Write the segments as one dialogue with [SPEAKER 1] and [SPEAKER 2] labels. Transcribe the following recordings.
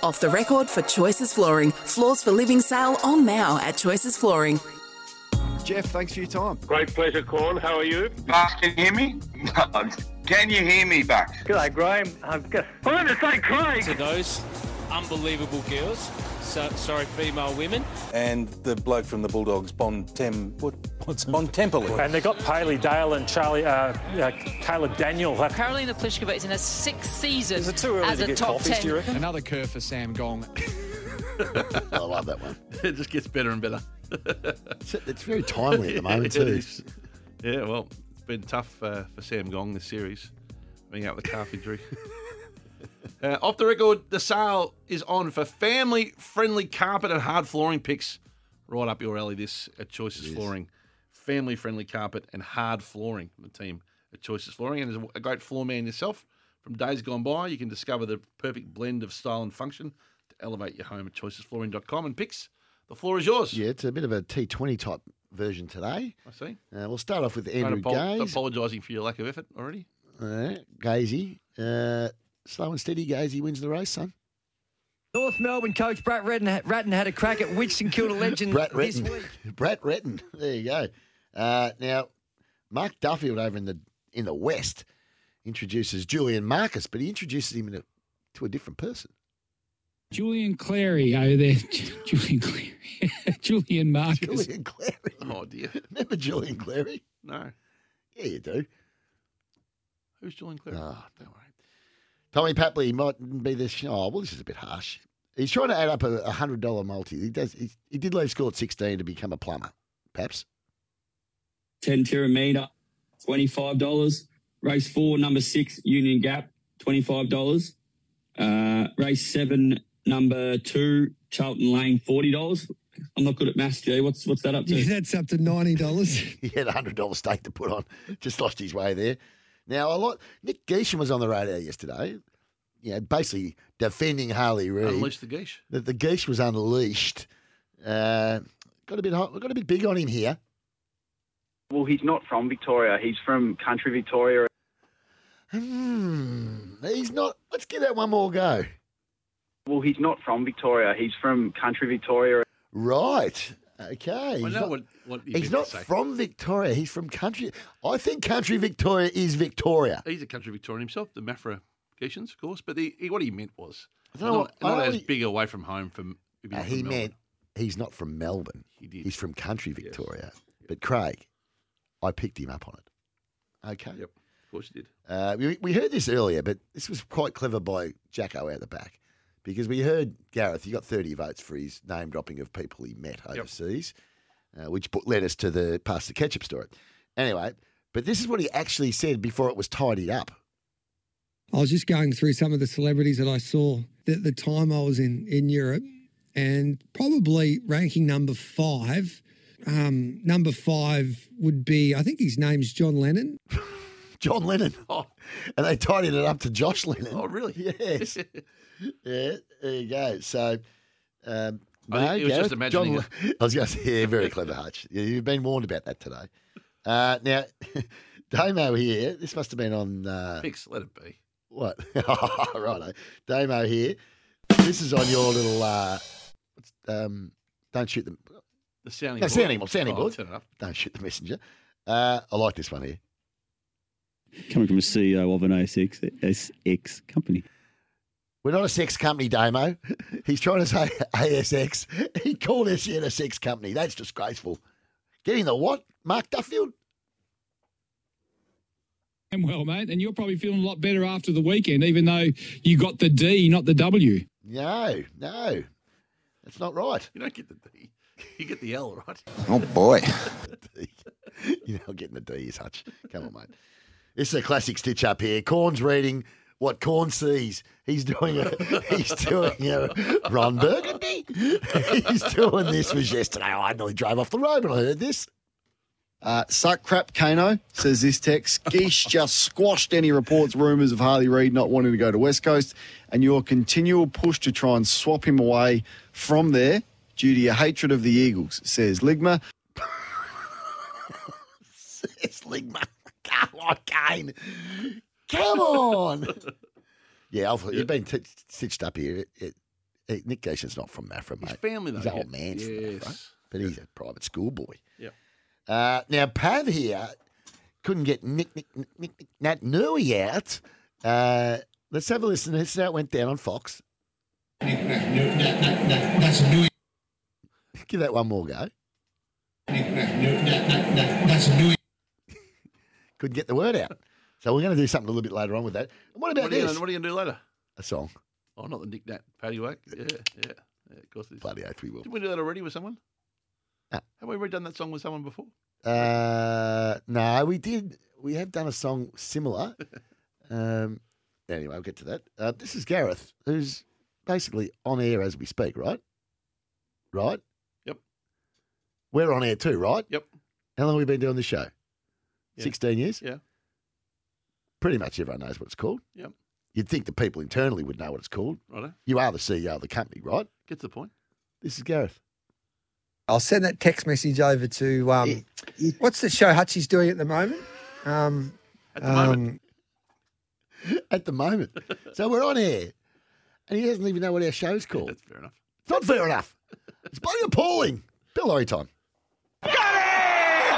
[SPEAKER 1] Off the record for Choices Flooring. Floors for Living sale on now at Choices Flooring.
[SPEAKER 2] Jeff, thanks for your time.
[SPEAKER 3] Great pleasure, Corn. How are you?
[SPEAKER 4] Buck, can you hear me? can you hear me, Buck?
[SPEAKER 5] G'day, Graham. I'm going to say Craig.
[SPEAKER 6] To those unbelievable girls, so, sorry, female women.
[SPEAKER 7] And the bloke from the Bulldogs, Bon Tem, what, Bon Temple.
[SPEAKER 5] And they got Paley Dale and Charlie, uh, uh, Caleb Daniel.
[SPEAKER 8] Carolina Pliskova is in her sixth season as a top ten.
[SPEAKER 9] Another curve for Sam Gong.
[SPEAKER 2] I love that one.
[SPEAKER 10] It just gets better and better.
[SPEAKER 2] It's, it's very timely at the moment,
[SPEAKER 10] Yeah, it
[SPEAKER 2] too.
[SPEAKER 10] is. Yeah, well, it's been tough uh, for Sam Gong this series, being out with a calf injury. uh, off the record, the sale is on for family friendly carpet and hard flooring picks. Right up your alley, this at Choices Flooring. Family friendly carpet and hard flooring from the team at Choices Flooring. And as a great floor man yourself, from days gone by, you can discover the perfect blend of style and function to elevate your home at choicesflooring.com. And picks, the floor is yours.
[SPEAKER 2] Yeah, it's a bit of a T20 type version today.
[SPEAKER 10] I see.
[SPEAKER 2] Uh, we'll start off with Andrew Gaze.
[SPEAKER 10] Apologising for your lack of effort already.
[SPEAKER 2] Uh, Gazy. Uh, slow and steady, Gazy wins the race, son.
[SPEAKER 11] North Melbourne coach Brad Ratton, Ratton had a crack at Winston Kilda legend
[SPEAKER 2] Brett
[SPEAKER 11] this
[SPEAKER 2] Retton.
[SPEAKER 11] week.
[SPEAKER 2] Brett Retton. There you go. Uh, now, Mark Duffield over in the in the West introduces Julian Marcus, but he introduces him in a, to a different person.
[SPEAKER 12] Julian Clary over there. Ju- Julian Clary. Julian Marcus.
[SPEAKER 2] Julian Clary.
[SPEAKER 10] Oh dear.
[SPEAKER 2] Remember Julian Clary?
[SPEAKER 10] No.
[SPEAKER 2] Yeah, you do.
[SPEAKER 10] Who's Julian Clary?
[SPEAKER 2] Oh, don't worry. Tommy Papley mightn't be this. Oh, well, this is a bit harsh. He's trying to add up a a hundred dollar multi. He does. He, he did leave school at sixteen to become a plumber. Perhaps
[SPEAKER 13] 10 Tiramina, $25. Race four, number six, Union Gap, $25. Uh, race seven, number two, Charlton Lane, $40. I'm not good at maths, Jay. What's what's that up to?
[SPEAKER 14] that's up to ninety dollars.
[SPEAKER 2] he had a hundred dollar stake to put on. Just lost his way there. Now, a lot. Nick Geeshan was on the radio yesterday. Yeah, basically defending Harley Reid.
[SPEAKER 10] Unleash the geesh.
[SPEAKER 2] that the geese was unleashed. Uh, got a bit hot, got a bit big on him here.
[SPEAKER 15] Well, he's not from Victoria. He's from country Victoria.
[SPEAKER 2] Hmm, he's not. Let's give that one more go.
[SPEAKER 15] Well, he's not from Victoria. He's from country Victoria.
[SPEAKER 2] Right. Okay. He's
[SPEAKER 10] I know
[SPEAKER 2] not,
[SPEAKER 10] what, what you
[SPEAKER 2] he's
[SPEAKER 10] meant
[SPEAKER 2] not
[SPEAKER 10] to say.
[SPEAKER 2] from Victoria. He's from country. I think country Victoria is Victoria.
[SPEAKER 10] He's a country Victorian himself, the Mafra Getians, of course. But the, he, what he meant was
[SPEAKER 2] I don't
[SPEAKER 10] not,
[SPEAKER 2] know
[SPEAKER 10] not,
[SPEAKER 2] what- I don't know
[SPEAKER 10] as
[SPEAKER 2] what he-
[SPEAKER 10] big away from home from. if he's
[SPEAKER 2] Uh,
[SPEAKER 10] from
[SPEAKER 2] he
[SPEAKER 10] Melbourne.
[SPEAKER 2] meant he's not from Melbourne.
[SPEAKER 10] He did.
[SPEAKER 2] He's from country Victoria. But Craig, I picked him up on it. Okay.
[SPEAKER 10] Yep, of course he did.
[SPEAKER 2] Uh, we, we heard this earlier, but this was quite clever by Jacko out the back because we heard Gareth, he got 30 votes for his name dropping of people he met overseas, uh, which put, led us to the past the ketchup story. Anyway, but this is what he actually said before it was tidied up.
[SPEAKER 14] I was just going through some of the celebrities that I saw at the time I was in in Europe, and probably ranking number five. Um, number five would be I think his name's John Lennon.
[SPEAKER 2] John Lennon. And they tidied it up to Josh Lennon.
[SPEAKER 10] Oh, really?
[SPEAKER 2] Yes. yeah, there you go. So, um,
[SPEAKER 10] I think
[SPEAKER 2] no,
[SPEAKER 10] he was just
[SPEAKER 2] Gareth,
[SPEAKER 10] imagining
[SPEAKER 2] John, I was going to say, yeah, very clever, Hutch. Yeah, You've been warned about that today. Uh, now, Damo here, this must have been on uh,
[SPEAKER 10] Picks, let it be.
[SPEAKER 2] what? Oh, Righto. Damo here. This is on your little, uh, what's- um, don't shoot them.
[SPEAKER 10] The sounding
[SPEAKER 2] No,
[SPEAKER 10] board.
[SPEAKER 2] sounding board, sounding
[SPEAKER 10] Oh, I'll
[SPEAKER 2] board.
[SPEAKER 10] Turn it up.
[SPEAKER 2] Don't shoot the messenger. Uh, I like this one here.
[SPEAKER 16] coming from a CEO of an ASX, SX company.
[SPEAKER 2] We're not a sex company, Damo. He's trying to say ASX. He called SN a sex company. That's disgraceful. Getting the what? Mark Duffield?
[SPEAKER 12] I'm well, mate, and you're probably feeling a lot better after the weekend, even though you got the D, not the W.
[SPEAKER 2] No, no. That's not right.
[SPEAKER 10] You don't get the D. You get the L, right?
[SPEAKER 4] Oh boy.
[SPEAKER 2] you know, getting the D's, Hutch. Come on, mate. This is a classic stitch up here. Corns reading what Corn sees. He's doing a he's doing a Ron Burgundy. he's doing this was yesterday. I nearly drove off the road when I heard this.
[SPEAKER 17] Uh, suck crap, Kano, says this text. Geesh just squashed any reports, rumours of Harley Reid not wanting to go to West Coast, and your continual push to try and swap him away from there due to your hatred of the Eagles, says Ligma.
[SPEAKER 2] says Ligma. Come on, Kane. Come on. yeah, I've, he's been t- stitched up here. It, it, it, Nick Gation's not from Mafra, mate.
[SPEAKER 10] His family, though.
[SPEAKER 2] He's an old man from
[SPEAKER 10] Yes.
[SPEAKER 2] Mafra, but he's a private schoolboy.
[SPEAKER 10] Yeah.
[SPEAKER 2] Uh, now, Pav here couldn't get Nick, Nick, Nick, Nick, Nick Nat Nui out. Uh, let's have a listen. This is how it went down on Fox.
[SPEAKER 18] That's New
[SPEAKER 2] Give that one more go.
[SPEAKER 18] That's New
[SPEAKER 2] Couldn't get the word out. So we're going to do something a little bit later on with that. And what about
[SPEAKER 10] what are you
[SPEAKER 2] this?
[SPEAKER 10] gonna- what are you going to do later?
[SPEAKER 2] A song.
[SPEAKER 10] Oh, not the Nick Nat Paddywhack. Yeah, yeah. yeah of course it is.
[SPEAKER 2] Bloody oath we will.
[SPEAKER 10] Did we do that already with someone?
[SPEAKER 2] No.
[SPEAKER 10] Have we already done that song with someone before?
[SPEAKER 2] Uh, no, we did. We have done a song similar. Um, anyway, I'll get to that. Uh, this is Gareth, who's basically on air as we speak, right? Right?
[SPEAKER 10] Yep.
[SPEAKER 2] We're on air too, right?
[SPEAKER 10] Yep.
[SPEAKER 2] How long have we been doing this show?
[SPEAKER 10] Yeah.
[SPEAKER 2] 16 years?
[SPEAKER 10] Yeah.
[SPEAKER 2] Pretty much everyone knows what it's called.
[SPEAKER 10] Yep.
[SPEAKER 2] You'd think the people internally would know what it's called.
[SPEAKER 10] Righto.
[SPEAKER 2] You are the CEO of the company, right?
[SPEAKER 10] Get to the point.
[SPEAKER 2] This is Gareth.
[SPEAKER 19] I'll send that text message over to um, what's the show Hutchie's doing at the moment? Um,
[SPEAKER 2] At the moment. at the moment. So we're on air. And he doesn't even know what our show's called. That's
[SPEAKER 10] fair enough.
[SPEAKER 2] It's not fair enough. It's bloody appalling. Bill Lorry time.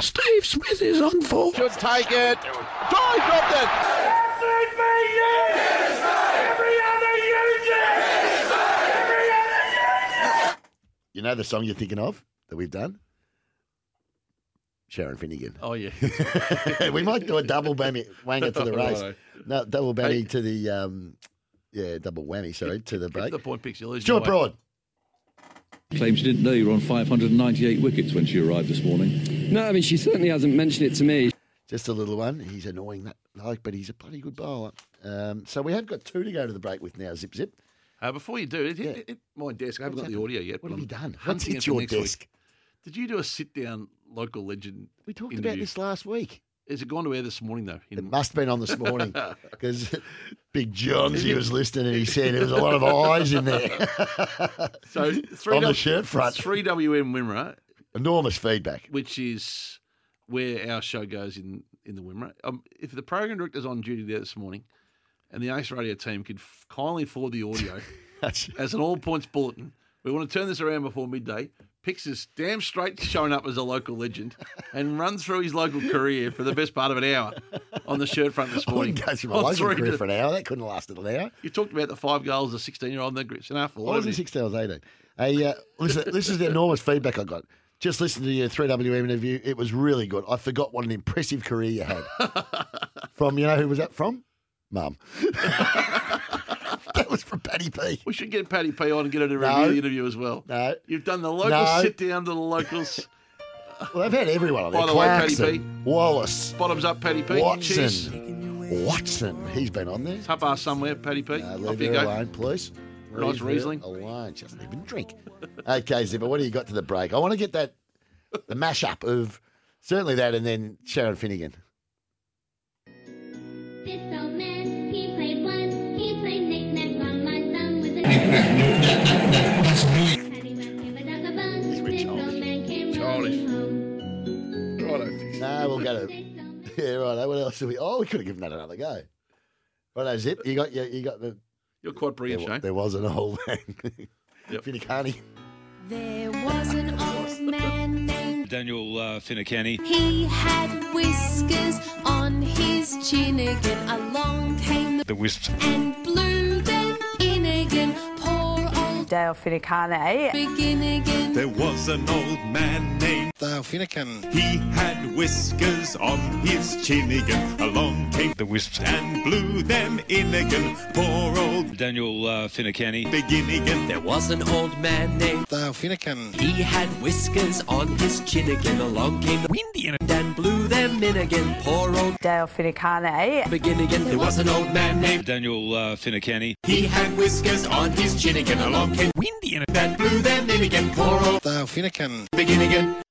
[SPEAKER 18] Steve Smith is on for. Should take it. Dive dropped it.
[SPEAKER 2] You know the song you're thinking of that we've done? Sharon Finnegan.
[SPEAKER 10] Oh, yeah.
[SPEAKER 2] we might do a double whammy, wanger
[SPEAKER 10] Oh,
[SPEAKER 2] to the race.
[SPEAKER 10] Righto.
[SPEAKER 2] No, double whammy to the, um, yeah, double whammy, sorry, to the
[SPEAKER 10] Get to
[SPEAKER 2] break.
[SPEAKER 10] the point, Pix. You're losing
[SPEAKER 2] Stuart
[SPEAKER 10] your way.
[SPEAKER 2] Broad.
[SPEAKER 20] Claims she didn't know you were on 598 wickets when she arrived this morning. No, I mean, she certainly hasn't mentioned it to me.
[SPEAKER 2] Just a little one. He's annoying that like, but he's a bloody good bowler. Um, so we have got two to go to the break with now, Zip Zip.
[SPEAKER 10] Uh, before you do, it hit, it hit my desk. I haven't
[SPEAKER 2] What's
[SPEAKER 10] got the
[SPEAKER 2] happened?
[SPEAKER 10] audio yet.
[SPEAKER 2] What have
[SPEAKER 10] but
[SPEAKER 2] you
[SPEAKER 10] I'm
[SPEAKER 2] done? What's
[SPEAKER 10] hunting
[SPEAKER 2] hit
[SPEAKER 10] it for
[SPEAKER 2] your
[SPEAKER 10] next week.
[SPEAKER 2] desk?
[SPEAKER 10] Did you do a sit down local legend?
[SPEAKER 2] We talked about
[SPEAKER 10] interview?
[SPEAKER 2] this last week.
[SPEAKER 10] Is it gone to air this morning though?
[SPEAKER 2] It must have been on this morning because Big Johns, he was listening and he said there was a lot of eyes in there.
[SPEAKER 10] so three
[SPEAKER 2] on the
[SPEAKER 10] W-
[SPEAKER 2] shirt front.
[SPEAKER 10] three WM Wimmera,
[SPEAKER 2] Enormous feedback.
[SPEAKER 10] which is where our show goes in in the Wimmera. Um, if the program director's on duty there this morning, and the Ace Radio team could f- kindly forward the audio as an all points bulletin, we want to turn this around before midday. Picks is damn straight showing up as a local legend and run through his local career for the best part of an hour on the shirt front this
[SPEAKER 2] I
[SPEAKER 10] morning.
[SPEAKER 2] wouldn't go Oh, through my
[SPEAKER 10] On
[SPEAKER 2] local
[SPEAKER 10] three
[SPEAKER 2] career
[SPEAKER 10] to-
[SPEAKER 2] for an hour. That couldn't have lasted an hour.
[SPEAKER 10] You talked about the five goals, the 16 year old, and the grits. Enough.
[SPEAKER 2] I wasn't 16, I was 18. Hey, uh, listen, this is the enormous feedback I got. Just listen to your 3WM interview. It was really good. I forgot what an impressive career you had. from, you know, who was that from? Mum. that was from Patty P.
[SPEAKER 10] We should get Patty P on and get her to review
[SPEAKER 2] No.
[SPEAKER 10] the interview as well.
[SPEAKER 2] No.
[SPEAKER 10] You've done the local
[SPEAKER 2] No.
[SPEAKER 10] sit down to the locals.
[SPEAKER 2] Well, they've had everyone on there.
[SPEAKER 10] By the way, Paddy
[SPEAKER 2] Clarkson, Wallace.
[SPEAKER 10] Bottoms up, Patty P. Cheers.
[SPEAKER 2] Watson. Watson. He's been on there. Uh,
[SPEAKER 10] Top ass somewhere, Patty P. Off
[SPEAKER 2] Leave
[SPEAKER 10] you
[SPEAKER 2] her
[SPEAKER 10] go.
[SPEAKER 2] alone, please.
[SPEAKER 10] Nice
[SPEAKER 2] Leave her
[SPEAKER 10] Riesling.
[SPEAKER 2] Alone. She doesn't even drink. okay, Zipper, what do you got to the break? I want to get that, the mashup of certainly that and then Sharon Finnegan. No, we'll go to. Yeah, right. What else do we? Oh, we could have given that another go. Right, Zip, you got your, you got the.
[SPEAKER 10] You're quite brilliant,
[SPEAKER 2] there, wa-
[SPEAKER 10] Shane.
[SPEAKER 2] there was an old man. Finicani.
[SPEAKER 21] There was an old man named.
[SPEAKER 22] Daniel uh, Finnacani.
[SPEAKER 21] He had whiskers on his chin again. Along came the
[SPEAKER 22] The Wisps.
[SPEAKER 21] and blew them in again. Poor old
[SPEAKER 23] Dale Finicane.
[SPEAKER 21] begin again.
[SPEAKER 22] There was an old man named
[SPEAKER 2] Dale Finnegan. He had whiskers on his chin again, a long cape. The wisps. And blew them in again, poor old
[SPEAKER 3] Daniel uh, Finnecany.
[SPEAKER 2] beginning again.
[SPEAKER 24] There was an old man named
[SPEAKER 2] Dale Finnegan.
[SPEAKER 24] He had whiskers on his chin again. Along came the windy and and blew them in again. Poor old
[SPEAKER 25] Dale Finicane.
[SPEAKER 24] begin again. There was an old man named.
[SPEAKER 3] Daniel uh, Finnecany.
[SPEAKER 24] He had whiskers on his chin again. Along came windy and that blew them in again. Poor old
[SPEAKER 2] Dale Finnegan.
[SPEAKER 24] begin again.